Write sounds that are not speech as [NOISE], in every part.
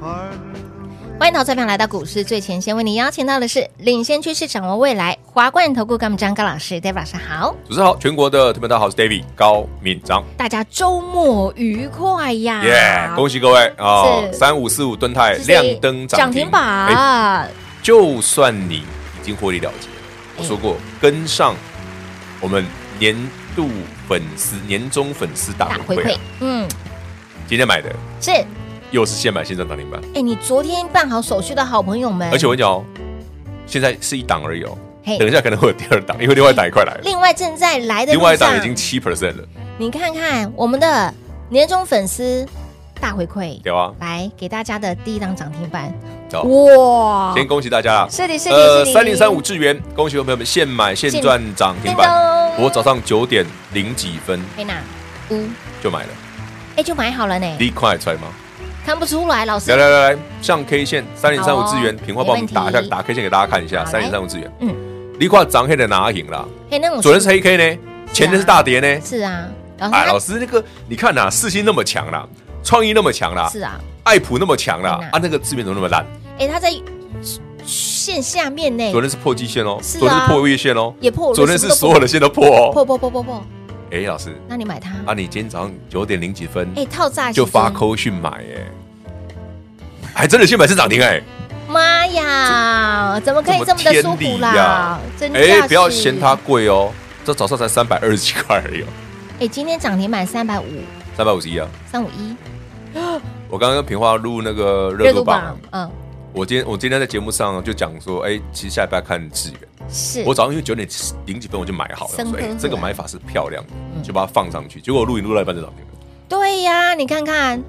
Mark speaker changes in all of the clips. Speaker 1: Pardon the
Speaker 2: 欢迎投资朋友来到股市最前线，为您邀请到的是领先趋势、掌握未来华冠投顾干部张高老师，David 老师好。
Speaker 3: 主持人好，全国的特别大家好，我是 David 高敏章，
Speaker 2: 大家周末愉快呀！
Speaker 3: 耶、恭喜各位啊！
Speaker 2: 是
Speaker 3: 三五四五吨泰
Speaker 2: 这是
Speaker 3: 亮灯涨
Speaker 2: 涨
Speaker 3: 停
Speaker 2: 停板，
Speaker 3: 哎就算你已经获利了结，我说过跟上我们年度粉丝、年终粉丝大
Speaker 2: 大
Speaker 3: 回
Speaker 2: 回
Speaker 3: 馈、
Speaker 2: 馈
Speaker 3: 啊，，
Speaker 2: 嗯，
Speaker 3: 今天买的
Speaker 2: 是哎、
Speaker 3: 又是现买现赚涨停板，
Speaker 2: 你昨天办好手续的好朋友们，
Speaker 3: 而且我跟你讲哦，现在是一档而已哦
Speaker 2: 嘿，
Speaker 3: 等一下可能会有第二档，因为另外一档也快来了，
Speaker 2: 另外正在来的
Speaker 3: 另
Speaker 2: 路
Speaker 3: 外一档
Speaker 2: 上
Speaker 3: 已经七 percent 了，
Speaker 2: 你看看我们的年终粉丝大回馈，
Speaker 3: 对吧？
Speaker 2: 来给大家的第一档涨停板，
Speaker 3: 好
Speaker 2: 哇！
Speaker 3: 先恭喜大家啦！
Speaker 2: 是的，是
Speaker 3: 呃
Speaker 2: 的，，是
Speaker 3: 三
Speaker 2: 的
Speaker 3: 零三五智源，恭喜我朋友们现买现赚涨停
Speaker 2: 叮
Speaker 3: 板。
Speaker 2: 咚
Speaker 3: 我早上九点零几分
Speaker 2: 黑娜五，
Speaker 3: 就买了，
Speaker 2: 哎，就买好了呢，
Speaker 3: 第一块出来吗？
Speaker 2: 看不出来，老师
Speaker 3: 来，来来来，上 K 线三零三
Speaker 2: 好
Speaker 3: 五
Speaker 2: 哦
Speaker 3: 智源，平花帮我们打一下
Speaker 2: 没问题
Speaker 3: 打 K 线给大家看一下，
Speaker 2: 好
Speaker 3: 三
Speaker 2: 来
Speaker 3: 零三五智源，
Speaker 2: 嗯
Speaker 3: 嗯，一块涨黑的哪行啦？
Speaker 2: 嘿，那种
Speaker 3: 昨天是黑 K
Speaker 2: 啊
Speaker 3: 呢，前天是大跌呢。
Speaker 2: 是啊，然后
Speaker 3: 哎，
Speaker 2: 他
Speaker 3: 老师那个你看呐，四星那么强啦，创意那么强啦
Speaker 2: 是，啊，
Speaker 3: 爱普那么强啦
Speaker 2: 天，哪
Speaker 3: 啊那个智源怎么那么烂？
Speaker 2: 哎，他在线下面呢，
Speaker 3: 昨天是破季线哦，
Speaker 2: 哎是啊啊
Speaker 3: 昨天是破月线哦，
Speaker 2: 也破了
Speaker 3: 昨天
Speaker 2: 什
Speaker 3: 是
Speaker 2: 么都
Speaker 3: 所有的线都破哦。
Speaker 2: 破破破破破，
Speaker 3: 哎，老师，
Speaker 2: 那你买它，
Speaker 3: 啊，你今天早上九点零几分，
Speaker 2: 哎，套炸
Speaker 3: 就发，扣去买哎、还真的去买是涨停哎、
Speaker 2: 妈呀，怎么可以这么的
Speaker 3: 这
Speaker 2: 舒
Speaker 3: 么
Speaker 2: 服
Speaker 3: 天理
Speaker 2: 啦
Speaker 3: 呀？
Speaker 2: 真
Speaker 3: 哎、
Speaker 2: 的
Speaker 3: 不要嫌它贵哦，这早上才三百二十几块而已、哦，
Speaker 2: 哎，今天涨停板三百五
Speaker 3: 三百五十一啊！
Speaker 2: 三五一
Speaker 3: 我刚刚跟平花录那个热度榜，
Speaker 2: 嗯，
Speaker 3: 我今天我今天在节目上就讲说，哎、其实下礼拜看智源，
Speaker 2: 是
Speaker 3: 我早上因为九点零几分我就买好了，
Speaker 2: 生
Speaker 3: 我说哎、
Speaker 2: 根
Speaker 3: 这个
Speaker 2: 火
Speaker 3: 买法是漂亮
Speaker 2: 嗯
Speaker 3: 的，就把它放上去，结果录影录到一半就涨停了，
Speaker 2: 对呀，你看看，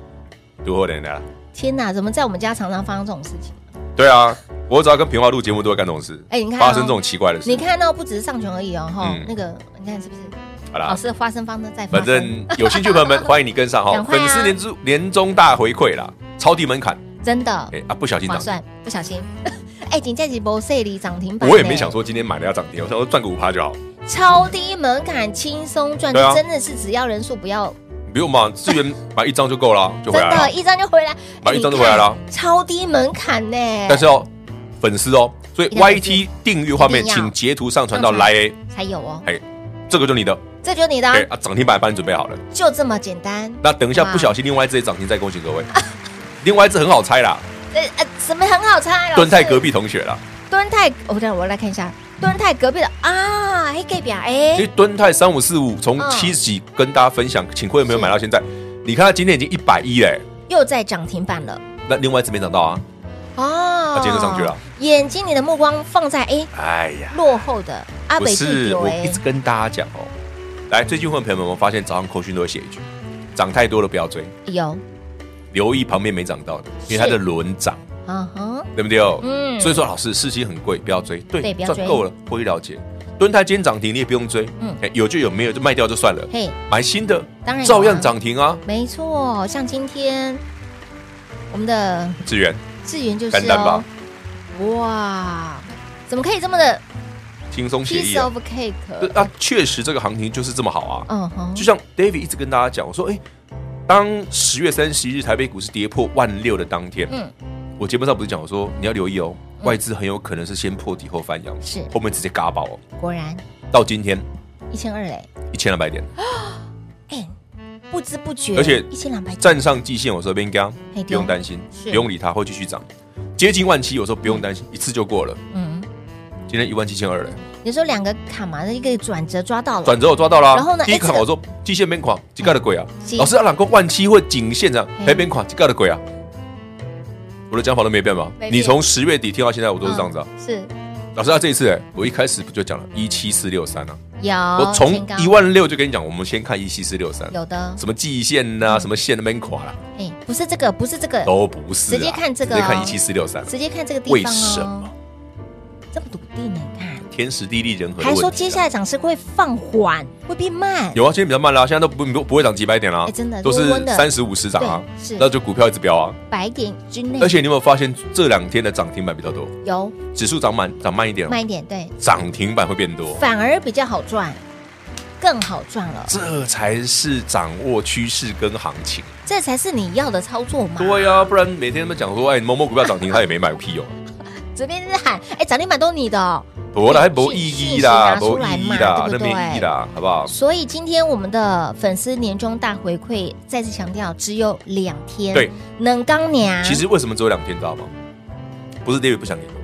Speaker 3: 多后点啦。
Speaker 2: 天哪，怎么在我们家常常发生这种事情？
Speaker 3: 啊对啊，我只要跟平花录节目都会干这种事，
Speaker 2: 哎你看哦
Speaker 3: 发生这种奇怪的事，
Speaker 2: 你，看到不只是上权而已哦，哈
Speaker 3: 嗯，
Speaker 2: 那个你看是哦不是？
Speaker 3: 好啦
Speaker 2: 老，师的发生方呢在发
Speaker 3: 反
Speaker 2: 生，
Speaker 3: 正有兴趣的朋友们，欢迎你跟上哈
Speaker 2: 赶，快
Speaker 3: 粉
Speaker 2: 啊
Speaker 3: 丝年终年终大回馈啦，超低门槛，
Speaker 2: 真的
Speaker 3: 哎啊，不小心
Speaker 2: 划
Speaker 3: 涨
Speaker 2: 算
Speaker 3: 停，，
Speaker 2: 不小心。 [LAUGHS] 哎，紧接着波塞里涨停板，欸
Speaker 3: 我也没想，说今天买了要涨停，我想说赚个五趴就好，
Speaker 2: 超低门槛轻松赚，
Speaker 3: 对啊
Speaker 2: 真的是只要人数不要，
Speaker 3: 不用嘛，资源买一张就够
Speaker 2: [LAUGHS]
Speaker 3: 了，就
Speaker 2: 真
Speaker 3: 回来
Speaker 2: 的，
Speaker 3: 了，
Speaker 2: 一张就回来，
Speaker 3: 买
Speaker 2: 哎
Speaker 3: 一张就回来了，
Speaker 2: 你看超低门槛呢。
Speaker 3: 但是哦，粉丝哦，所以
Speaker 2: 一定要粉丝
Speaker 3: YT 订阅画面
Speaker 2: 一定要
Speaker 3: 请截图上传到
Speaker 2: 上传
Speaker 3: 来 A，
Speaker 2: 才有哦，
Speaker 3: 哎，这个就你的，
Speaker 2: 这就是你的啊
Speaker 3: 哎，啊，涨停板帮你准备好了，
Speaker 2: 就这么简单。
Speaker 3: 那等一下
Speaker 2: 哇
Speaker 3: 不小心另外一只也涨停再恭喜
Speaker 2: [LAUGHS]
Speaker 3: 各位，另外一只很好猜啦，
Speaker 2: 呃呃，什么很好猜？
Speaker 3: 蹲在
Speaker 2: 老师
Speaker 3: 隔壁同学啦，
Speaker 2: 敦泰，我等我来看一下，敦泰隔壁的啊，黑 K 表
Speaker 3: 其
Speaker 2: 哎
Speaker 3: 实，敦泰三五四五从
Speaker 2: 嗯
Speaker 3: 七十几跟大家分享，请会有没有买到现在？你看它今天已经一百一嘞，
Speaker 2: 又在涨停板了
Speaker 3: 那另外一只没涨到啊！
Speaker 2: 哦，
Speaker 3: 今天啊就上去了。
Speaker 2: 眼睛你的目光放在哎
Speaker 3: 哎呀，
Speaker 2: 落后的阿
Speaker 3: 不
Speaker 2: 北
Speaker 3: 是，
Speaker 2: 巨
Speaker 3: 我
Speaker 2: 哎
Speaker 3: 一直跟大家讲哦，来，最近问朋友们，我发现早上口讯都会写一句：涨太多了不要追，
Speaker 2: 有，
Speaker 3: 留意旁边没涨到的，因为它的轮涨，
Speaker 2: 嗯哼，
Speaker 3: 对不对？
Speaker 2: 嗯
Speaker 3: 所以说老师，市期很贵，不要追，
Speaker 2: 对
Speaker 3: 对，
Speaker 2: 不要追
Speaker 3: 赚够了，获利了结。敦泰今天涨停，你也不用追，
Speaker 2: 嗯
Speaker 3: 嗯，有就有，没有就卖掉就算了，
Speaker 2: 嘿，
Speaker 3: 买新的，
Speaker 2: 当然有啊
Speaker 3: 照样涨停啊！
Speaker 2: 没错，像今天我们的
Speaker 3: 志源，
Speaker 2: 志源就是
Speaker 3: 干单
Speaker 2: 哦
Speaker 3: 吧，
Speaker 2: 哇，怎么可以这么的
Speaker 3: 轻松写意
Speaker 2: piece
Speaker 3: 啊！
Speaker 2: of
Speaker 3: 对
Speaker 2: cake？
Speaker 3: 啊，确实这个行情就是这么好啊。
Speaker 2: 嗯哼
Speaker 3: 就，像 David 一直跟大家讲，我说，哎、当十月三十一日台北股市跌破万六的当天，
Speaker 2: 嗯
Speaker 3: 我节目上不是讲我说你要留意哦，外资很有可能是先破底后翻阳，
Speaker 2: 是
Speaker 3: 后面直接嘎爆哦。
Speaker 2: 果然
Speaker 3: 到今天
Speaker 2: 一千二嘞，
Speaker 3: 一千两百点
Speaker 2: 哎，不知不觉，
Speaker 3: 而且
Speaker 2: 一千两百，
Speaker 3: 站上季线，我说边刚啊
Speaker 2: 嘿对哦
Speaker 3: 不用担心，
Speaker 2: 是
Speaker 3: 不用理它，会继续涨。接近万七，有时候不用担心，一次就过了。
Speaker 2: 嗯，
Speaker 3: 今天一万七千二了，
Speaker 2: 有时候两个卡嘛，一个转折抓到了，
Speaker 3: 转折我抓到啦。
Speaker 2: 然后呢
Speaker 3: 第一
Speaker 2: 哎
Speaker 3: 款
Speaker 2: 这个嗯
Speaker 3: 我说季线边框，几盖的鬼啊
Speaker 2: 是！
Speaker 3: 老师要两个万七或颈线这样
Speaker 2: 嗯，
Speaker 3: 黑边框几盖的鬼啊！我的讲法都没变吧
Speaker 2: 没？变
Speaker 3: 你从十月底听到现在，我都是这样子啊。
Speaker 2: 嗯是
Speaker 3: 老师，那这一次哎，我一开始不就讲了一七四六三啊？
Speaker 2: 有
Speaker 3: 我从
Speaker 2: 前高
Speaker 3: 一万六就跟你讲，我们先看一七四六三，
Speaker 2: 哦有嗯的，
Speaker 3: 什么季线呐，什么线的门垮啦，
Speaker 2: 哎，不是这个，不是这个，
Speaker 3: 啊都不是啊。
Speaker 2: 呃直接看这个哦
Speaker 3: 直接看一七四六三，啊
Speaker 2: 直接看这个地
Speaker 3: 为
Speaker 2: 方哦，
Speaker 3: 什么？
Speaker 2: 这么笃定呢？你看，
Speaker 3: 天时地利人和的
Speaker 2: 还
Speaker 3: 问题啊。
Speaker 2: 说接下来涨势会放缓，会变慢，
Speaker 3: 有啊，今天比较慢啦，现在都不不不会涨几百点啦，
Speaker 2: 哎真的
Speaker 3: 都是
Speaker 2: 温温的
Speaker 3: 三十五十涨啊
Speaker 2: 对是，
Speaker 3: 那就股票一直飙啊。
Speaker 2: 百点之内，
Speaker 3: 而且你有没有发现这两天的涨停板比较多，
Speaker 2: 有
Speaker 3: 指数涨慢涨慢一点哦，
Speaker 2: 慢一点，对，
Speaker 3: 涨停板会变多，
Speaker 2: 反而比较好赚，更好赚了，
Speaker 3: 这才是掌握趋势跟行情。
Speaker 2: 这才是你要的操作嘛。
Speaker 3: 对啊呀、不然每天他们讲说，哎，某某股票涨停，他也没买个屁
Speaker 2: [LAUGHS]
Speaker 3: 用，
Speaker 2: 这边是喊，哎，涨停板都是你的哦。
Speaker 3: 我啦，还没意义啦，
Speaker 2: 啊讯息拿出
Speaker 3: 没
Speaker 2: 来
Speaker 3: 意
Speaker 2: 嘛
Speaker 3: 义啦，
Speaker 2: 对
Speaker 3: 那
Speaker 2: 不对
Speaker 3: 没意义啦，好不好？
Speaker 2: 所以今天我们的粉丝年终大回馈，再次强调，只有两天，
Speaker 3: 对，
Speaker 2: 能当年。
Speaker 3: 其实为什么只有两天，知道吗？不是 David 不想给各位，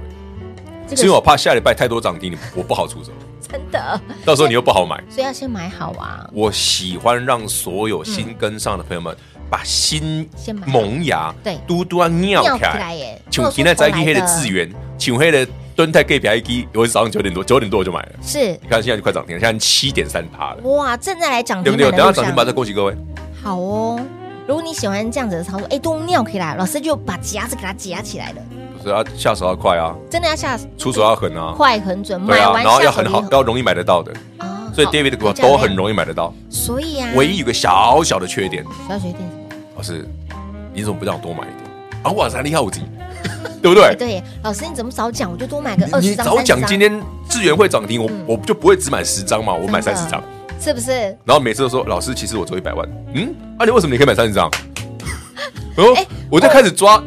Speaker 2: 这
Speaker 3: 是因为我怕下礼拜太多涨停，你我不
Speaker 2: [LAUGHS]
Speaker 3: 好出手，
Speaker 2: 真的，
Speaker 3: 到时候你又不好买。
Speaker 2: 所以要先买好啊。
Speaker 3: 我喜欢让所有新跟上的朋友们把新
Speaker 2: 嗯先买
Speaker 3: 萌芽
Speaker 2: 对
Speaker 3: 嘟嘟啊尿
Speaker 2: 尿
Speaker 3: 起
Speaker 2: 起
Speaker 3: 来
Speaker 2: 来，耶！
Speaker 3: 请
Speaker 2: 今
Speaker 3: 现在在黑的资源，请黑的蹲泰 K 表 K，我是早上九点多，九点多我就买了。
Speaker 2: 是
Speaker 3: 你看现在就快涨停了，现在七点三趴了，
Speaker 2: 哇，正在来涨
Speaker 3: 对
Speaker 2: 停
Speaker 3: 不
Speaker 2: 板的路
Speaker 3: 对？等
Speaker 2: 上，
Speaker 3: 下涨停板再恭喜各位。
Speaker 2: 好哦。如果你喜欢这样子的操作，哎，都尿起来，老师就把夹子给它夹起来了，
Speaker 3: 不是啊，下手要快啊，
Speaker 2: 真的要下
Speaker 3: 出手要狠啊，
Speaker 2: 快很准，
Speaker 3: 对
Speaker 2: 买
Speaker 3: 啊，
Speaker 2: 完
Speaker 3: 然后
Speaker 2: 下
Speaker 3: 要
Speaker 2: 手
Speaker 3: 很
Speaker 2: 离
Speaker 3: 好，要容易买得到的。
Speaker 2: 啊
Speaker 3: 所以 David 的股票都很容易买得到，
Speaker 2: 易，所以啊，
Speaker 3: 唯一有个小小的缺点，
Speaker 2: 小雪店什么？
Speaker 3: 老师，你怎么不让我多买一点？啊，哇塞，厉害五级， [LAUGHS] 对不对
Speaker 2: 哎？对，老师你怎么早讲，我就多买个二
Speaker 3: 你
Speaker 2: 十
Speaker 3: 你
Speaker 2: 张。
Speaker 3: 早讲
Speaker 2: 30张
Speaker 3: 今天智源会涨停，我
Speaker 2: 嗯
Speaker 3: 我就不会只买十张嘛，我
Speaker 2: 真
Speaker 3: 买三
Speaker 2: 的
Speaker 3: 十张。
Speaker 2: 是不是？
Speaker 3: 然后每次都说老师，其实我只有一百万。嗯，啊，你为什么你可以买三十张？ [LAUGHS] 哦
Speaker 2: 哎，
Speaker 3: 我就开始抓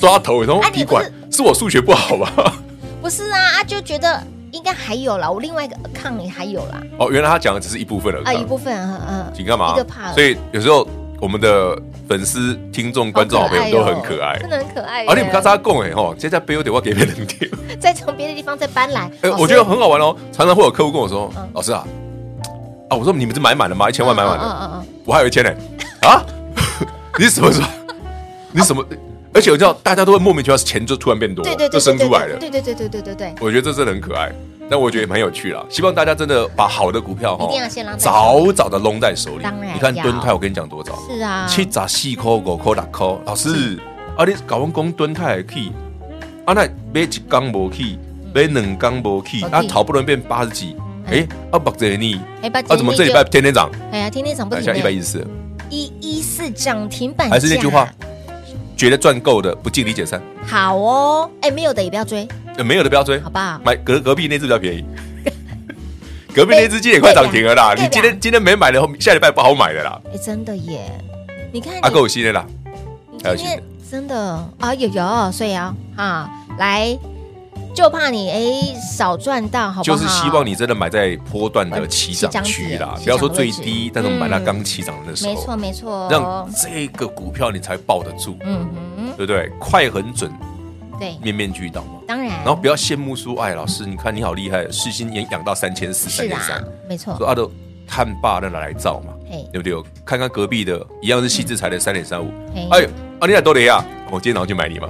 Speaker 3: 抓头，然后
Speaker 2: 哎你
Speaker 3: 你
Speaker 2: 不是
Speaker 3: 管是我数学不好吧？
Speaker 2: 不是啊，啊就觉得应该还有啦，我另外一个抗你还有啦，
Speaker 3: [LAUGHS] 哦，原来他讲的只是一部分而
Speaker 2: 啊
Speaker 3: 已
Speaker 2: 一。部分啊，
Speaker 3: 嗯你干嘛
Speaker 2: 一个怕了？
Speaker 3: 所以有时候我们的粉丝、听众、观众、好朋友都很可爱。
Speaker 2: 真的很可爱耶。哦
Speaker 3: 而且你们刚才讲哎吼，现在杯有点我给别人
Speaker 2: [LAUGHS]
Speaker 3: 丢。
Speaker 2: 再从别的地方再搬来，
Speaker 3: 哎，
Speaker 2: 老师
Speaker 3: 我觉得很好玩哦。常常会有客户跟我说
Speaker 2: 嗯，
Speaker 3: 老师啊，啊，我说你们是买满了吗？一千万买满了。
Speaker 2: 嗯嗯嗯
Speaker 3: 我还有一
Speaker 2: [LAUGHS]
Speaker 3: 千呢、啊！ [LAUGHS] 你什么时候？ [LAUGHS] 你什么？而且我知道大家都会莫名其妙，钱就突然变多，
Speaker 2: 嗯对对对，
Speaker 3: 就生出来了。
Speaker 2: 对对对对对对对，
Speaker 3: 我觉得这真的很可爱，但我觉得也蛮有趣啦。希望大家真的把好的股票哈
Speaker 2: 一定要先捞在手
Speaker 3: 早早的拢在手里
Speaker 2: 当然。
Speaker 3: 你看
Speaker 2: 要
Speaker 3: 蹲泰，我跟你讲多早，
Speaker 2: 是啊，
Speaker 3: 七十四块、五块、六块。老师，啊，你搞完工蹲泰去，啊那买一缸无去，买两缸无去，
Speaker 2: 嗯没去嗯
Speaker 3: 啊好不容易变八十几，哎，啊目着你，
Speaker 2: 哎把
Speaker 3: 啊怎么这礼拜天天涨？
Speaker 2: 哎呀天天涨不
Speaker 3: 哎
Speaker 2: 停
Speaker 3: 现在一百一
Speaker 2: 耶，
Speaker 3: 十四。
Speaker 2: 一一四涨停板价，
Speaker 3: 还是那句话，觉得赚够的不尽力解散，
Speaker 2: 好哦，哎没有的也不要追，
Speaker 3: 呃没有的不要追
Speaker 2: 好，不好？
Speaker 3: 买隔隔壁那只比
Speaker 2: [LAUGHS]
Speaker 3: 较便宜。隔壁那只今天也快涨停了啦，
Speaker 2: 对
Speaker 3: 你
Speaker 2: 啊
Speaker 3: 今天今天没买的，后面下礼拜不好买的啦，
Speaker 2: 哎真的耶，你看你
Speaker 3: 啊够有心的啦，
Speaker 2: 你
Speaker 3: 还有
Speaker 2: 今
Speaker 3: 新的
Speaker 2: 天真的啊，有有，所以啊啊，来，就怕你哎少赚到，好不
Speaker 3: 就
Speaker 2: 好？
Speaker 3: 是希望你真的买在波段的起涨
Speaker 2: 起
Speaker 3: 区
Speaker 2: 涨
Speaker 3: 啦
Speaker 2: 点，
Speaker 3: 不要说
Speaker 2: 起涨
Speaker 3: 最
Speaker 2: 位置
Speaker 3: 低，但是我们买
Speaker 2: 嗯
Speaker 3: 到刚起涨的那时
Speaker 2: 没
Speaker 3: 候
Speaker 2: 错，没错，
Speaker 3: 让这个股票你才抱得住，
Speaker 2: 嗯
Speaker 3: 对不对？快很准，
Speaker 2: 哼，对，
Speaker 3: 面面俱到嘛。
Speaker 2: 当然，
Speaker 3: 然后不要羡慕说，哎，老师你看你好厉害，世新也养到三千四、三
Speaker 2: 是
Speaker 3: 千三
Speaker 2: 啊，，没错
Speaker 3: 说，阿都看爸那哪来造嘛？
Speaker 2: 嘿，
Speaker 3: 对不对？看看隔壁的，一样是细制裁的三点三五
Speaker 2: 嘿。
Speaker 3: 哎呦，啊，你俩都得呀！我今天早上就买你嘛，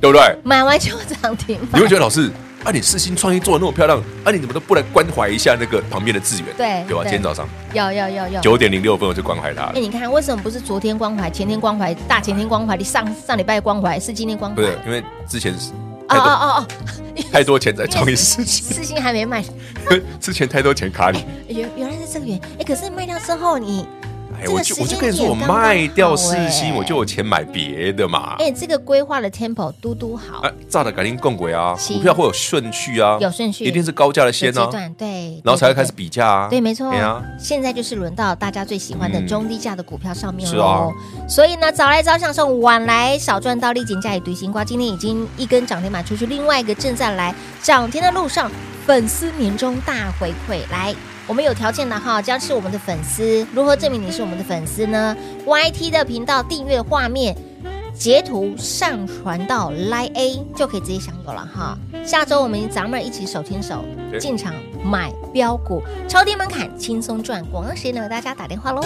Speaker 3: 对不对？
Speaker 2: 买完就涨停
Speaker 3: 你
Speaker 2: 板，
Speaker 3: 会觉得老师，啊，你四星创意做的那么漂亮，啊，你怎么都不来关怀一下那个旁边的资源？
Speaker 2: 对
Speaker 3: 对吧？
Speaker 2: 对
Speaker 3: 今天早上
Speaker 2: 有有有有。
Speaker 3: 九点零六分我就关怀他
Speaker 2: 哎，
Speaker 3: 了，
Speaker 2: 你看，为什么不是昨天关怀、前天关怀、大前天关怀？你上上礼拜关怀是今天关怀？
Speaker 3: 不是因为之前是
Speaker 2: 哦
Speaker 3: 太
Speaker 2: 哦
Speaker 3: 多
Speaker 2: 哦哦，
Speaker 3: 太多钱在创意事情，
Speaker 2: 四星还没卖，
Speaker 3: [LAUGHS]
Speaker 2: 哎
Speaker 3: 之前太多钱卡里，
Speaker 2: 原原来是这个原因。哎，可是卖掉之后你，
Speaker 3: 哎，
Speaker 2: 这个
Speaker 3: 我
Speaker 2: 时
Speaker 3: 就
Speaker 2: 间
Speaker 3: 我就跟你说，我
Speaker 2: 点刚刚
Speaker 3: 卖掉
Speaker 2: 好
Speaker 3: 四星，
Speaker 2: 哎
Speaker 3: 我就有钱买别的嘛。
Speaker 2: 哎，这个规划的 tempo 嘟嘟好
Speaker 3: 啊，，炸的赶紧共轨啊，
Speaker 2: 是
Speaker 3: 股票会有顺序啊，
Speaker 2: 有顺序
Speaker 3: 一定是高价的
Speaker 2: 有
Speaker 3: 先
Speaker 2: 阶
Speaker 3: 啊，
Speaker 2: 段对，
Speaker 3: 然后才
Speaker 2: 对
Speaker 3: 会开始。
Speaker 2: 对对
Speaker 3: 比价啊。
Speaker 2: 对，没错。哦
Speaker 3: 对啊，
Speaker 2: 现在就是轮到大家最喜欢的
Speaker 3: 嗯
Speaker 2: 中低价的股票上面
Speaker 3: 是啊
Speaker 2: 喽。所以呢，早来早享受，晚来少赚到，立减价也堆新瓜。今天已经一根涨停板出去，另外一个正在来涨停的路上。粉丝年终大回馈，来，我们有条件的哈，只要是我们的粉丝，如何证明你是我们的粉丝呢？YT 的频道订阅画面。截图上传到 Line A 就可以直接享有了哈。下周我们咱们一起手牵手
Speaker 3: 对
Speaker 2: 进场买标股，超低门槛轻松赚。广告时间呢，给大家打电话喽。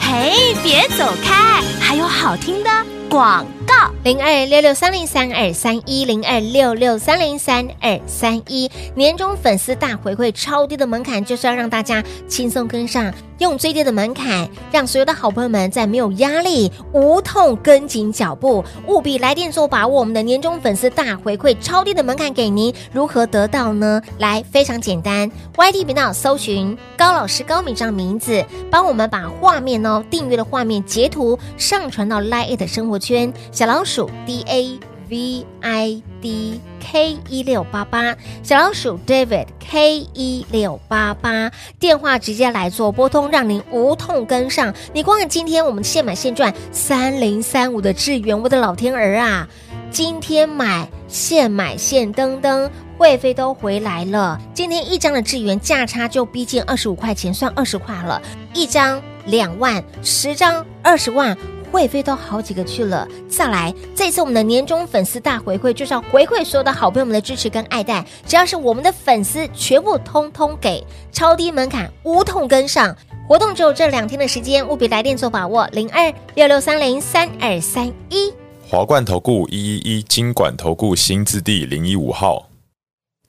Speaker 4: 嘿，别走开，还有好听的广告。
Speaker 2: 零二六六三零三二三一零二六六三零三二三一年终粉丝大回馈，超低的门槛就是要让大家轻松跟上，用最低的门槛，让所有的好朋友们在没有压力、无痛跟紧脚步，务必来电做把握我们的年终粉丝大回馈，超低的门槛给您，如何得到呢？来，非常简单，YT 频道搜寻高老师高敏章名字，帮我们把画面哦订阅的画面截图上传到 Line 的生活圈，小老鼠 D A V I D K 一六八八，小老鼠 David K 一六八八，电话直接来做拨通，让您无痛跟上。你光看今天我们现买现赚三零三五的智源，我的老天儿啊！今天买现买现登登，会费都回来了。今天一张的智源价差就逼近二十五块钱，算二十块了。一张两万，十张二十万，会费都好几个去了。再来，这次我们的年终粉丝大回馈，就是要回馈所有的好朋友们的支持跟爱戴。只要是我们的粉丝，全部通通给，超低门槛，无痛跟上。活动只有这两天的时间，务必来电做把握，零二六六三零三二三一。
Speaker 5: 华冠投顾一一一金管投顾新字第零一五号，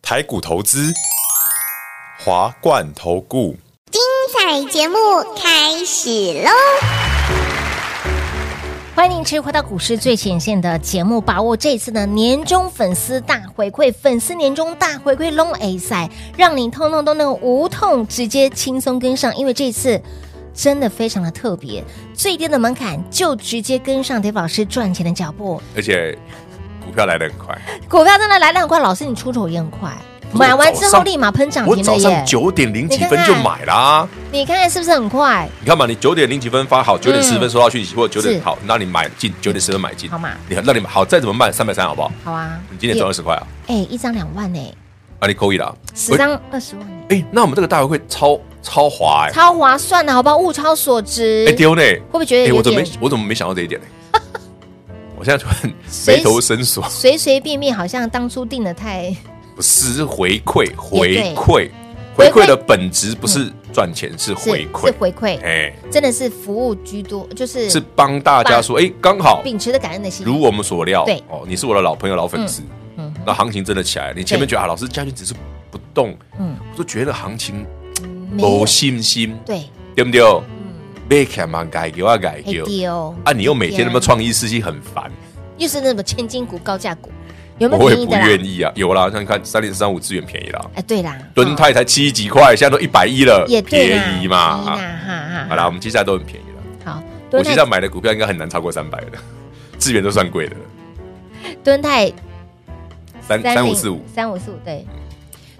Speaker 5: 台股投资，华冠投顾。
Speaker 6: 彩节目开始喽！
Speaker 2: 欢迎您持续回到股市最前线的节目，把握这一次的年终粉丝大回馈，粉丝年终大回馈 Long A 赛，让你通通都能无痛直接轻松跟上，因为这次。真的非常的特别，最低的门槛就直接跟上 d a 老师赚钱的脚步，
Speaker 3: 而且股票来得很快，
Speaker 2: 股票真的来得很快，老师你出手也很快， [LAUGHS] 买完之后立马喷涨
Speaker 3: 我
Speaker 2: 停了
Speaker 3: 早上
Speaker 2: 耶！
Speaker 3: 九点零几分就买啦、
Speaker 2: 你看看是不是很快？
Speaker 3: 你看嘛，你九点零几分发好，九点十分收到讯息，或者九
Speaker 2: 嗯是
Speaker 3: 点好，那你买进，九点十分买进，
Speaker 2: 好嘛
Speaker 3: 你看，那你买好，再怎么卖三百三好不好？
Speaker 2: 好啊，
Speaker 3: 你今天赚二十块啊，
Speaker 2: 哎、一张两万哎、
Speaker 3: 那你扣一啦。
Speaker 2: 十张二十万、
Speaker 3: 哎，那我们这个大回馈超超滑哎，
Speaker 2: 超划算的好不好？物超所值，
Speaker 3: 哎丢呢？
Speaker 2: 会不会觉得
Speaker 3: 哎，
Speaker 2: 有
Speaker 3: 我怎么
Speaker 2: 点
Speaker 3: 没我怎么没想到这一点呢？ [LAUGHS] 我现在突然眉头深锁，
Speaker 2: 随随便便，好像当初定的
Speaker 3: [LAUGHS]
Speaker 2: 太
Speaker 3: 不是是回馈
Speaker 2: 也对
Speaker 3: 回馈
Speaker 2: 回
Speaker 3: 回
Speaker 2: 馈
Speaker 3: 馈的本质不是赚钱，是
Speaker 2: 是
Speaker 3: 回馈
Speaker 2: 是，回馈，
Speaker 3: 哎，
Speaker 2: 真的是服务居多，就是
Speaker 3: 是帮大家说，哎，刚好
Speaker 2: 秉持的感恩的心。
Speaker 3: 如我们所料，
Speaker 2: 对
Speaker 3: 哦，你是我的老朋友、老粉丝，
Speaker 2: 嗯
Speaker 3: 那行情真的起来了。你前面
Speaker 2: 对
Speaker 3: 觉得啊，老师家军只是不动，
Speaker 2: 嗯
Speaker 3: 我都觉得行情
Speaker 2: 没有
Speaker 3: 没信心，
Speaker 2: 对，嗯
Speaker 3: 对不对？被砍嘛改给我改
Speaker 2: 哎
Speaker 3: 给，
Speaker 2: 丢
Speaker 3: 啊，你又每天那么创意事情很烦，
Speaker 2: 又是那种千金股、高价股，有没有
Speaker 3: 我也
Speaker 2: 便宜
Speaker 3: 不
Speaker 2: 的啦？
Speaker 3: 愿意啊。有啦，像你看三零三五资源便宜啦，
Speaker 2: 哎，对啦，
Speaker 3: 敦
Speaker 2: 哦
Speaker 3: 泰才七十几块，现在都一百一了，
Speaker 2: 也对啦
Speaker 3: 便宜
Speaker 2: 便宜
Speaker 3: 嘛。
Speaker 2: 啦哈
Speaker 3: 好
Speaker 2: 哈。
Speaker 3: 啦，我们接下来都很便宜了。
Speaker 2: 好，
Speaker 3: 我
Speaker 2: 敦
Speaker 3: 现在
Speaker 2: 泰
Speaker 3: 买的股票应该很难超过三百的， [LAUGHS] 资源都算贵的了，
Speaker 2: 敦泰
Speaker 3: 三三五四五。
Speaker 2: 三五四五对。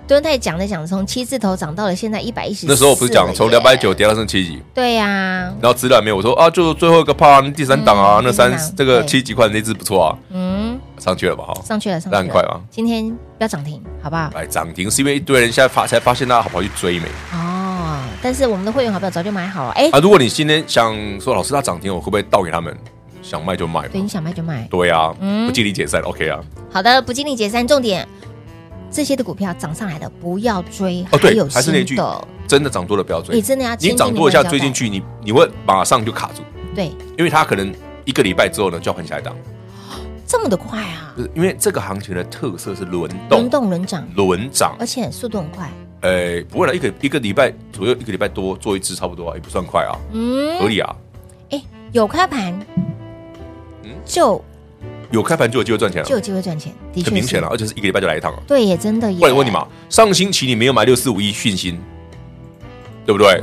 Speaker 2: 敦泰讲着讲着，从七字头涨到了现在一百一十，
Speaker 3: 那时候我不是讲从两百九，跌到剩七几，
Speaker 2: 对呀，
Speaker 3: 然后资料没有，我说啊，就最后一个怕第三档
Speaker 2: 嗯
Speaker 3: 啊，那
Speaker 2: 第
Speaker 3: 三
Speaker 2: 三档
Speaker 3: 这个
Speaker 2: 对
Speaker 3: 七几块那只不错啊，
Speaker 2: 嗯，
Speaker 3: 上去了吧哈，
Speaker 2: 上去了，上去
Speaker 3: 那
Speaker 2: 了，
Speaker 3: 很快啊。
Speaker 2: 今天不要涨停，好不好？
Speaker 3: 来涨停是因为一堆人现在发才发现大家好跑去追没
Speaker 2: 哦，但是我们的会员好朋友早就买好了，哎、
Speaker 3: 啊？如果你今天想说老师他涨停，我会不会倒给他们？想卖就卖嘛
Speaker 2: 对，你想卖就卖。
Speaker 3: 对啊，
Speaker 2: 嗯
Speaker 3: 不尽力解散 OK 啊。
Speaker 2: 好的，不尽力解散，重点这些的股票涨上来的不要追，
Speaker 3: 哦
Speaker 2: 还
Speaker 3: 对
Speaker 2: 有，
Speaker 3: 还是那句
Speaker 2: 新的，，
Speaker 3: 真的涨多了不要追，
Speaker 2: 你真的要
Speaker 3: 你涨多一下追进去，你你会马上就卡住，
Speaker 2: 对，
Speaker 3: 因为它可能一个礼拜之后呢就要换下一档，
Speaker 2: 这么的快啊
Speaker 3: 就，是因为这个行情的特色是轮
Speaker 2: 轮
Speaker 3: 动。
Speaker 2: 动哎轮涨，
Speaker 3: 轮涨，
Speaker 2: 而且速度很快，
Speaker 3: 呃，不会了，一个一个礼拜左右，一个礼拜多做一次差不多啊，也不算快啊，
Speaker 2: 嗯，
Speaker 3: 合理啊。
Speaker 2: 哎、有开盘，
Speaker 3: 嗯
Speaker 2: 就
Speaker 3: 有开盘就有机会赚钱
Speaker 2: 就有
Speaker 3: 了，
Speaker 2: 机会赚钱，的确
Speaker 3: 很明
Speaker 2: 是
Speaker 3: 显啊了，，而且是一个礼拜就来一趟了。
Speaker 2: 对耶，真的耶，
Speaker 3: 不然你问你嘛，上星期你没有买六四五一讯星，对不对？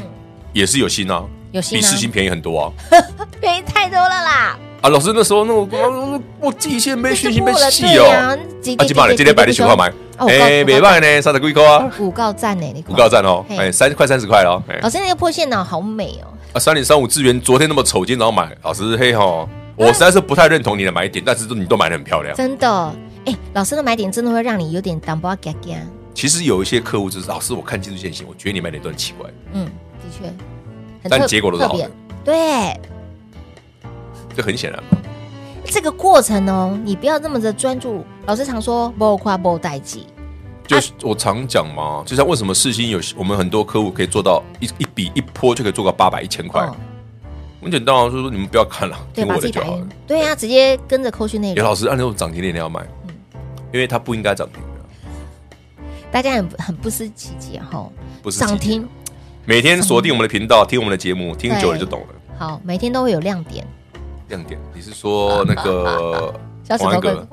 Speaker 3: 也是有心啊，
Speaker 2: 有嗯新
Speaker 3: 比
Speaker 2: 啊
Speaker 3: 世星便宜很多啊。
Speaker 2: 便宜太多了啦，
Speaker 3: 啊，老师那时候那我我我自己现在被讯
Speaker 2: 这
Speaker 3: 星
Speaker 2: 就
Speaker 3: 被
Speaker 2: 过了
Speaker 3: 戏
Speaker 2: 对啊
Speaker 3: 哦。，
Speaker 2: 几
Speaker 3: 啊，今把你今天摆的情况买，
Speaker 2: 哦，
Speaker 3: 哎，
Speaker 2: 别
Speaker 3: 别卖呢，三十几块啊，
Speaker 2: 五告赞呢，你
Speaker 3: 五告赞哦，
Speaker 2: 嘿啊
Speaker 3: 哎，三快三十块了哦，哎
Speaker 2: 老师那个破线脑好美哦，
Speaker 3: 啊，三点三五资源昨天那么丑，今天早上买，老师嘿吼，我
Speaker 2: 嗯
Speaker 3: 实在是不太认同你的买点，但是你都买的很漂亮。
Speaker 2: 真的。哎，老师的买点真的会让你有点挡不嘎嘎。
Speaker 3: 其实有一些客户就是老师，我看技术线型，我觉得你买点都很奇怪，
Speaker 2: 嗯，的确，很
Speaker 3: 但
Speaker 2: 特
Speaker 3: 结果都是
Speaker 2: 特
Speaker 3: 好的
Speaker 2: 别。对，啊
Speaker 3: 这很显然嘛。
Speaker 2: 这个过程哦，你不要那么的专注。老师常说“不夸不待机
Speaker 3: 就是我常讲嘛，就像为什么世新有我们很多客户可以做到一一笔一波就可以做到八百一千”，块，
Speaker 2: 哦，
Speaker 3: 很简单啊，就是说你们不要看了，
Speaker 2: 对，
Speaker 3: 听
Speaker 2: 把
Speaker 3: 我
Speaker 2: 自
Speaker 3: 的
Speaker 2: 己
Speaker 3: 就
Speaker 2: 打
Speaker 3: 好
Speaker 2: 赢
Speaker 3: 了。。
Speaker 2: 对呀、直接跟着扣去内
Speaker 3: 刘
Speaker 2: 容，
Speaker 3: 老师，按那种涨停点你要买，
Speaker 2: 嗯
Speaker 3: 因为它不应该涨停的，
Speaker 2: 大家很很不思其解哦哈。
Speaker 3: 不是
Speaker 2: 涨
Speaker 3: 几点
Speaker 2: 停
Speaker 3: 每天锁定我们的频道，听我们的节目，听久了就懂了。
Speaker 2: 好，每天都会有亮点， [LAUGHS]
Speaker 3: 亮点，你是说那个
Speaker 2: 小指
Speaker 3: 黄
Speaker 2: 头
Speaker 3: 安
Speaker 2: 跟
Speaker 3: 哥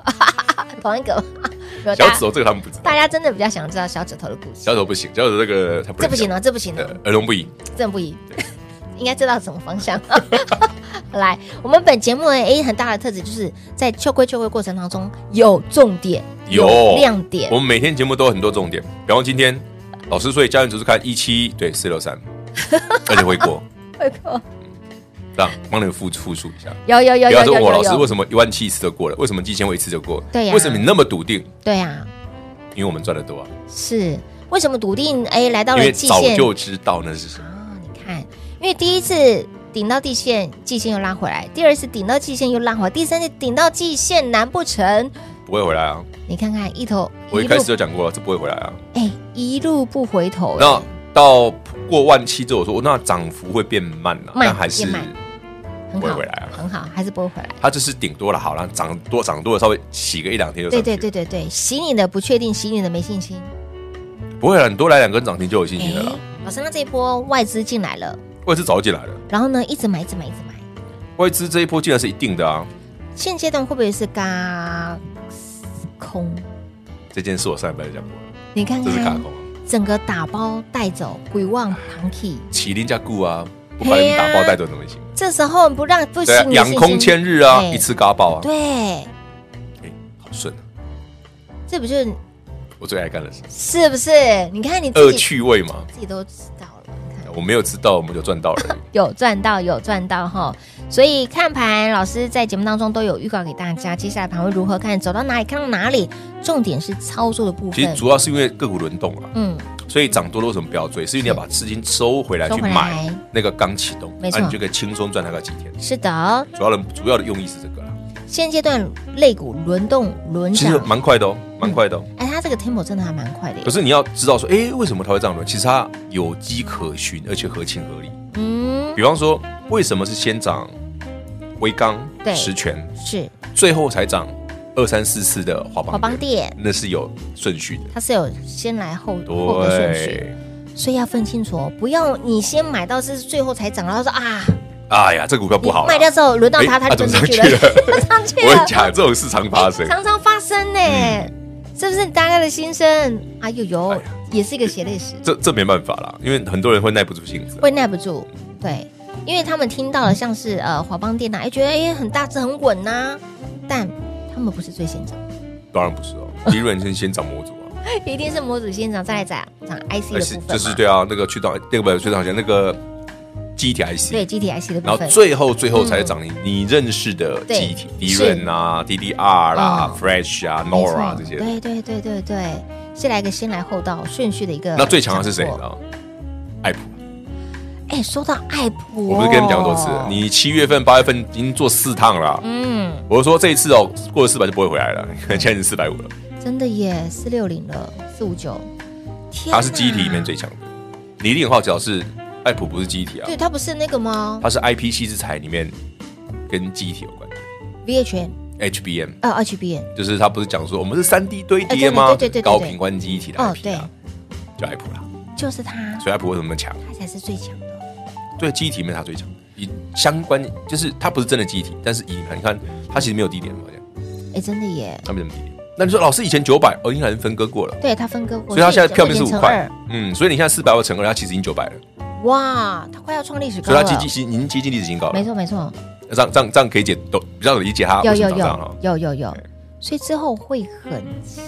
Speaker 2: 同一个， [LAUGHS] 没有
Speaker 3: 小
Speaker 2: 大
Speaker 3: 指
Speaker 2: 家
Speaker 3: 头这个他们不知道
Speaker 2: 大，家真的比较想知道小指头的故事。
Speaker 3: 小指头不行，小指头这个他不
Speaker 2: 这不行哦
Speaker 3: 能
Speaker 2: 了，这不行
Speaker 3: 讲
Speaker 2: 了。
Speaker 3: 呃儿童不宜。
Speaker 2: 正不宜， [LAUGHS] 应该知道什么方向。 [LAUGHS] 来，我们本节目呢，诶，很大的特质就是在秋归秋归过程当中有重点，
Speaker 3: 有
Speaker 2: 亮点
Speaker 3: 我，们每天节目都有很多重点，比方今天老师所以家人指数看一七对四
Speaker 2: [LAUGHS]
Speaker 3: 六三，而且会过，
Speaker 2: 会过
Speaker 3: 让帮你复复述一下。
Speaker 2: 有有有
Speaker 3: 不要
Speaker 2: 有
Speaker 3: 再问
Speaker 2: 有
Speaker 3: 我老师
Speaker 2: 有
Speaker 3: 为
Speaker 2: 有，
Speaker 3: 什么一万七一次就过了，为什么几千我一次就过？
Speaker 2: 对啊呀
Speaker 3: 为什么你那么笃定？
Speaker 2: 对啊，
Speaker 3: 因为我们赚的多啊，
Speaker 2: 是为什么笃定诶，来到
Speaker 3: 因
Speaker 2: 了
Speaker 3: 为
Speaker 2: 季
Speaker 3: 早
Speaker 2: 线
Speaker 3: 就知道那是什么。
Speaker 2: 啊？你看，因为第一次顶到地线，季线又拉回来；第二次顶到季线又拉回来；第三次顶到季线，难不成
Speaker 3: 不会回来啊！
Speaker 2: 你看看一头
Speaker 3: 我一
Speaker 2: 路
Speaker 3: 开始就讲过了，这不会回来啊。
Speaker 2: 哎一路不回头？
Speaker 3: 那到过万七之后，我说哦那涨幅会变慢了、
Speaker 2: 慢
Speaker 3: 但还是
Speaker 2: 变慢很
Speaker 3: 不会
Speaker 2: 好
Speaker 3: 回来啊，
Speaker 2: 很好，还是不会回来。
Speaker 3: 它就是顶多了，好了，涨多涨多了，稍微洗个一两天就
Speaker 2: 对
Speaker 3: 上去
Speaker 2: 对对对对，洗你的不确定，洗你的没信心。
Speaker 3: 不会了，你多来两根涨停就有信心了啦
Speaker 2: 哎。，老师，那这一波外资进来了，
Speaker 3: 外资早就进来了，
Speaker 2: 然后呢，一直买，一直买，一直买。
Speaker 3: 外资这一波进来是一定的啊。
Speaker 2: 现阶段会不会是嘎空？
Speaker 3: 这件事我上一班就讲过了，
Speaker 2: 你看
Speaker 3: 这是卡
Speaker 2: 看
Speaker 3: 空，啊，
Speaker 2: 整个打包带走，鬼望唐 key。
Speaker 3: 麒麟加固啊，不把你们打包带走怎么行？
Speaker 2: 这时候不让不
Speaker 3: 对啊
Speaker 2: 行，，你的
Speaker 3: 养
Speaker 2: 信
Speaker 3: 空
Speaker 2: 心
Speaker 3: 千日啊，
Speaker 2: 哎
Speaker 3: 一次嘎爆啊，
Speaker 2: 对，
Speaker 3: 哎，好顺啊，
Speaker 2: 这不就是
Speaker 3: 我最爱干的事，
Speaker 2: 是不是？你看你
Speaker 3: 恶
Speaker 2: 自己
Speaker 3: 趣味嘛。
Speaker 2: 自己都知道了，你看。
Speaker 3: 我没有知道，我们就赚到了而已。
Speaker 2: 有赚到，有赚到哈！所以看盘老师在节目当中都有预告给大家，接下来盘会如何看，走到哪里看到哪里，重点是操作的部
Speaker 3: 其实
Speaker 2: 分。
Speaker 3: 主要是因为个股轮动啊，
Speaker 2: 嗯，
Speaker 3: 所以涨多了为什么不要追？是因为你要把资金收回来
Speaker 2: 收
Speaker 3: 去
Speaker 2: 回来
Speaker 3: 买那个刚启动，
Speaker 2: 没错
Speaker 3: 啊你就可以轻松赚它个几天。
Speaker 2: 是的，
Speaker 3: 主要的主要的用意是这个啦，
Speaker 2: 现阶段类股轮动轮
Speaker 3: 其实
Speaker 2: 涨，
Speaker 3: 蛮快的哦，蛮快的哦。
Speaker 2: 哎，它这个 tempo 真的还蛮快的耶
Speaker 3: 可。是你要知道说，哎，为什么它会这样轮？其实它有迹可循，而且合情合理。
Speaker 2: 嗯，
Speaker 3: 比方说，为什么是先涨微刚
Speaker 2: 对、
Speaker 3: 实权，
Speaker 2: 是
Speaker 3: 最后才涨二三四四的华邦？
Speaker 2: 华邦店，
Speaker 3: 那是有顺序的。
Speaker 2: 它是有先来后后个顺序，
Speaker 3: 对，
Speaker 2: 所以要分清楚哦，不要你先买到是最后才涨，然后说啊，
Speaker 3: 哎呀，这股票
Speaker 2: 你
Speaker 3: 不好啦
Speaker 2: 卖掉之后轮到
Speaker 3: 哎
Speaker 2: 它，它就
Speaker 3: 怎
Speaker 2: 上
Speaker 3: 么上
Speaker 2: 去
Speaker 3: 去
Speaker 2: 了， [LAUGHS]
Speaker 3: 了？
Speaker 2: 上去
Speaker 3: 我
Speaker 2: 了
Speaker 3: 跟你。讲，这种市场发生，
Speaker 2: 常常发生呢、是不是大家的心声？哎呦
Speaker 3: 嗯哎
Speaker 2: 呦
Speaker 3: 呀，
Speaker 2: 也是一个血泪史，
Speaker 3: 这这没办法啦，因为很多人会耐不住性子。啊
Speaker 2: 会耐不住。对，因为他们听到了像是呃华邦电脑，哎，觉得哎很大只很稳呐、但他们不是最先涨，
Speaker 3: 当然不
Speaker 2: [LAUGHS]
Speaker 3: 是哦，利润先先涨模组啊，
Speaker 2: 一定是模组先涨，再来涨涨 IC 的
Speaker 3: 是
Speaker 2: 部分嘛，
Speaker 3: 就是对啊，那个去到那个不是去到前那个机体 IC，
Speaker 2: 对，机体 IC 的
Speaker 3: 然
Speaker 2: 部
Speaker 3: 后
Speaker 2: 分，嗯
Speaker 3: 最后最后才是涨你你认识的机体，
Speaker 2: 对
Speaker 3: 利润啊、DDR 啦
Speaker 2: 嗯、
Speaker 3: Fresh 啊、
Speaker 2: 没错
Speaker 3: Nora 这些。
Speaker 2: 对对对对对，是来一个先来后到顺序的一个。
Speaker 3: 那最强的是谁？呢？爱普，
Speaker 2: 哎，说到爱普、哦
Speaker 3: 我不是跟你们讲过多次，你七月份、八月份已经做四趟了。
Speaker 2: 嗯，啊
Speaker 3: 我说这一次哦，过了四百就不会回来了， [LAUGHS] 现在是四百五了。
Speaker 2: 真的耶，四六零了，四五九，天
Speaker 3: 它是机体
Speaker 2: 哪
Speaker 3: 里面最强的。你一定很好奇老师，爱普不是机体啊
Speaker 2: 对，，它不是那个吗
Speaker 3: 它是 IPC 制裁里面跟机体有关的
Speaker 2: ？VHN
Speaker 3: HBM，
Speaker 2: 呃，HBN
Speaker 3: 就是它不是讲说我们是三 D 堆叠
Speaker 2: 哎对
Speaker 3: 吗？
Speaker 2: 对对对对对
Speaker 3: 高频关机体的
Speaker 2: 哦
Speaker 3: IP 啊，叫爱普啦。
Speaker 2: 就是它，
Speaker 3: 所以爱普为什么那么强？
Speaker 2: 它才是最强的。
Speaker 3: 对，机体里面它最强，以相关就是它不是真的机体，但是以你看，你看它其实没有低点嘛，这样
Speaker 2: 哎，真的耶，
Speaker 3: 它没什么低点。那你说老师以前九百，哦，已经很分割过了，
Speaker 2: 对它分割过，
Speaker 3: 所以它现在票面
Speaker 2: 面
Speaker 3: 是五块，嗯，所以你现在四百万乘二，它其实已经九百了，
Speaker 2: 哇，它快要创历史高
Speaker 3: 所以
Speaker 2: 了
Speaker 3: 它。接近已经接近历史新高了。
Speaker 2: 哦没错没错，
Speaker 3: 这样这样这样可以解懂，比较理解它
Speaker 2: 有
Speaker 3: 为什
Speaker 2: 有
Speaker 3: 么涨这样了
Speaker 2: 有。有有有，所以之后会很强，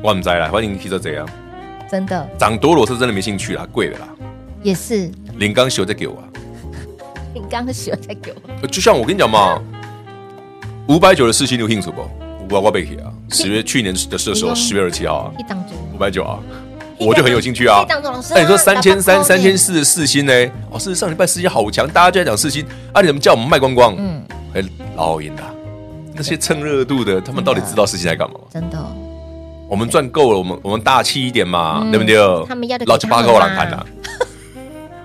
Speaker 3: 我们在啦，欢迎提着这啊样
Speaker 2: 真的
Speaker 3: 涨多了，我是真的没兴趣啦，贵了啦。
Speaker 2: 也是。
Speaker 3: 林刚修再给我啊，
Speaker 2: 你刚刚学在给我，
Speaker 3: 呃就像我跟你讲嘛，五百九的四星牛 King 什么？我我被给啊，十月去年的时候，
Speaker 2: 你
Speaker 3: 十月二十七号啊，
Speaker 2: 一档中，
Speaker 3: 五百九啊，我就很有兴趣啊
Speaker 2: 一。档中老师，
Speaker 3: 那你说三千三、
Speaker 2: 老师
Speaker 3: 三千，四的四星呢？哦，是上礼拜四星好强，大家就在讲四星，啊，你怎么叫我们卖光光？
Speaker 2: 嗯，
Speaker 3: 哎，老好赢的啊，那那些蹭热度的，他们
Speaker 2: 啊
Speaker 3: 到底知道事情在干嘛吗？
Speaker 2: 真的哦，
Speaker 3: 我们赚够了，我们我们大气一点嘛，
Speaker 2: 嗯
Speaker 3: 对不对？
Speaker 2: 他们要的
Speaker 3: 老七八个我来
Speaker 2: 给他
Speaker 3: 看
Speaker 2: 们
Speaker 3: 呐
Speaker 2: 啊，
Speaker 3: [LAUGHS]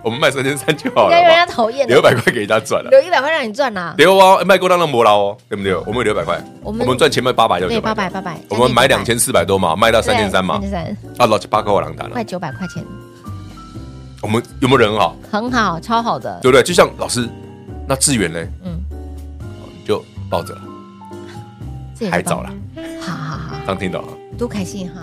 Speaker 3: 我们卖三千三就好
Speaker 2: 应该让人家
Speaker 3: 了嘛，
Speaker 2: 讨厌的，
Speaker 3: 留一百块给人家赚了。
Speaker 2: 留一百块让你赚啦，
Speaker 3: 留啊，卖够当然磨了哦，对不对？我们有六百块，
Speaker 2: 我
Speaker 3: 我
Speaker 2: 们
Speaker 3: 们赚钱卖八百就
Speaker 2: 对，
Speaker 3: 九
Speaker 2: 八百，八百，
Speaker 3: 我们买两
Speaker 2: 将近
Speaker 3: 千四百多嘛，卖到
Speaker 2: 900
Speaker 3: 三千三嘛
Speaker 2: 对，三千
Speaker 3: 啊，老七八个我狼谈
Speaker 2: 三，
Speaker 3: 了
Speaker 2: 快。九百块钱，
Speaker 3: 我们有没有人很好，
Speaker 2: 很好，超好的，
Speaker 3: 对不对？就像老师，那志远呢，
Speaker 2: 嗯，
Speaker 3: 就抱着了，
Speaker 2: 这也是
Speaker 3: 还
Speaker 2: 棒
Speaker 3: 早了，，
Speaker 2: 好好好，
Speaker 3: 刚听到啊，
Speaker 2: 多开心哈，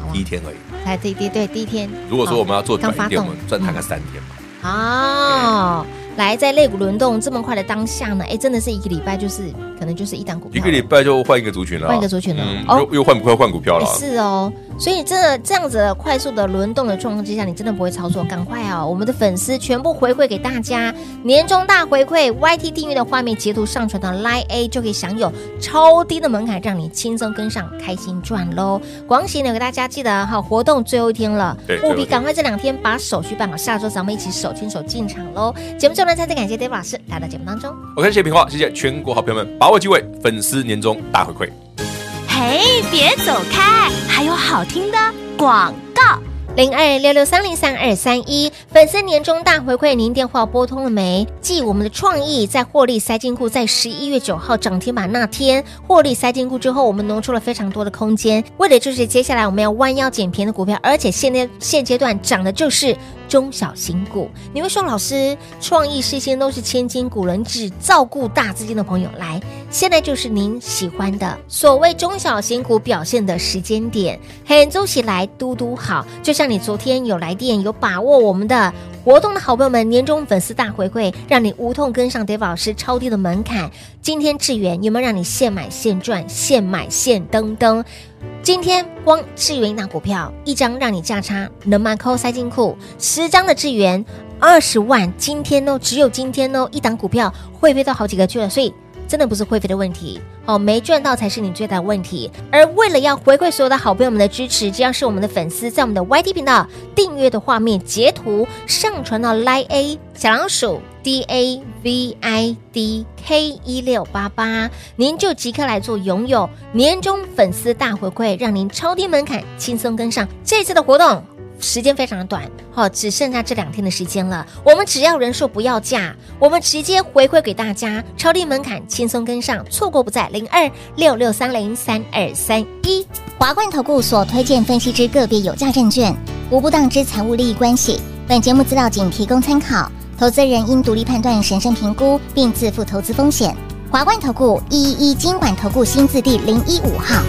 Speaker 2: 好
Speaker 3: 第一
Speaker 2: 吧，
Speaker 3: 天而已。
Speaker 2: 来第一天，对第一天，
Speaker 3: 如果说
Speaker 2: 好
Speaker 3: 我们要做短一点，
Speaker 2: 刚发动
Speaker 3: 我们赚它个三天嘛。
Speaker 2: 哦，来在肋骨轮动这么快的当下呢，哎，真的是一个礼拜就是可能就是一档股
Speaker 3: 一
Speaker 2: 票，
Speaker 3: 个礼拜就换一个族群了
Speaker 2: 嗯
Speaker 3: 啊，
Speaker 2: 换一个族群了
Speaker 3: 嗯
Speaker 2: 哦
Speaker 3: 又又换不快换股票
Speaker 2: 哎
Speaker 3: 了啊。
Speaker 2: 是哦，所以真的这样子的快速的轮动的状况之下，你真的不会操作，赶快哦！我们的粉丝全部回馈给大家，年终大回馈，YT 订阅的画面截图上传到 Line A 就可以享有超低的门槛，让你轻松跟上，开心赚喽！广喜呢，给大家记得哈，活动最后一天了
Speaker 3: 对，
Speaker 2: 务
Speaker 3: 最后
Speaker 2: 必
Speaker 3: 一天
Speaker 2: 赶快这两天把手续办好，下周咱们一起手牵手进场喽！节目最后呢，再次感谢 David 老师来到节目当中。
Speaker 3: OK，谢谢平话，谢谢全国好朋友们，把握机会，粉丝年终大回馈。
Speaker 4: 嘿，别走开，还有好听的广告。
Speaker 2: 零二六六三零三二三一粉丝年终大回馈，您电话拨通了没？继我们的创意在获利塞金库在十一月九号涨停板那天获利塞金库之后，我们挪出了非常多的空间，为的就是接下来我们要弯腰捡便宜的股票，而且现在现阶段涨的就是中小型股。你会说老师，创意事先都是千金股人，只照顾大资金的朋友来，现在就是您喜欢的所谓中小型股表现的时间点，很周起来嘟嘟好。就像你昨天有来电，有把握我们的活动的好朋友们，年终粉丝大回馈，让你无痛跟上 Dave 老师超低的门槛。今天智源有没有让你现买现赚，现买现登登？今天光智源一档股票，一张让你价差能满扣塞金库，十张的智源二十万，今天哦，只有今天哦，一档股票会飞到好几个去了，所以真的不是会飞的问题，哦，没赚到才是你最大的问题。而为了要回馈所有的好朋友们的支持，只要是我们的粉丝，在我们的 YT 频道订阅的画面截图上传到 Line A 小老鼠 D A V I D K 一六八八，您就即刻来做拥有年终粉丝大回馈，让您超低门槛，轻松跟上这次的活动。时间非常的短，哦，只剩下这两天的时间了。我们只要人数不要价，我们直接回馈给大家，超低门槛，轻松跟上，错过不再。零二六六三零三二三一。
Speaker 6: 华冠投顾所推荐分析之个别有价证券，无不当之财务利益关系。本节目资料仅提供参考，投资人应独立判断、审慎评估，并自负投资风险。华冠投顾一一一金管投顾新字第零一五号。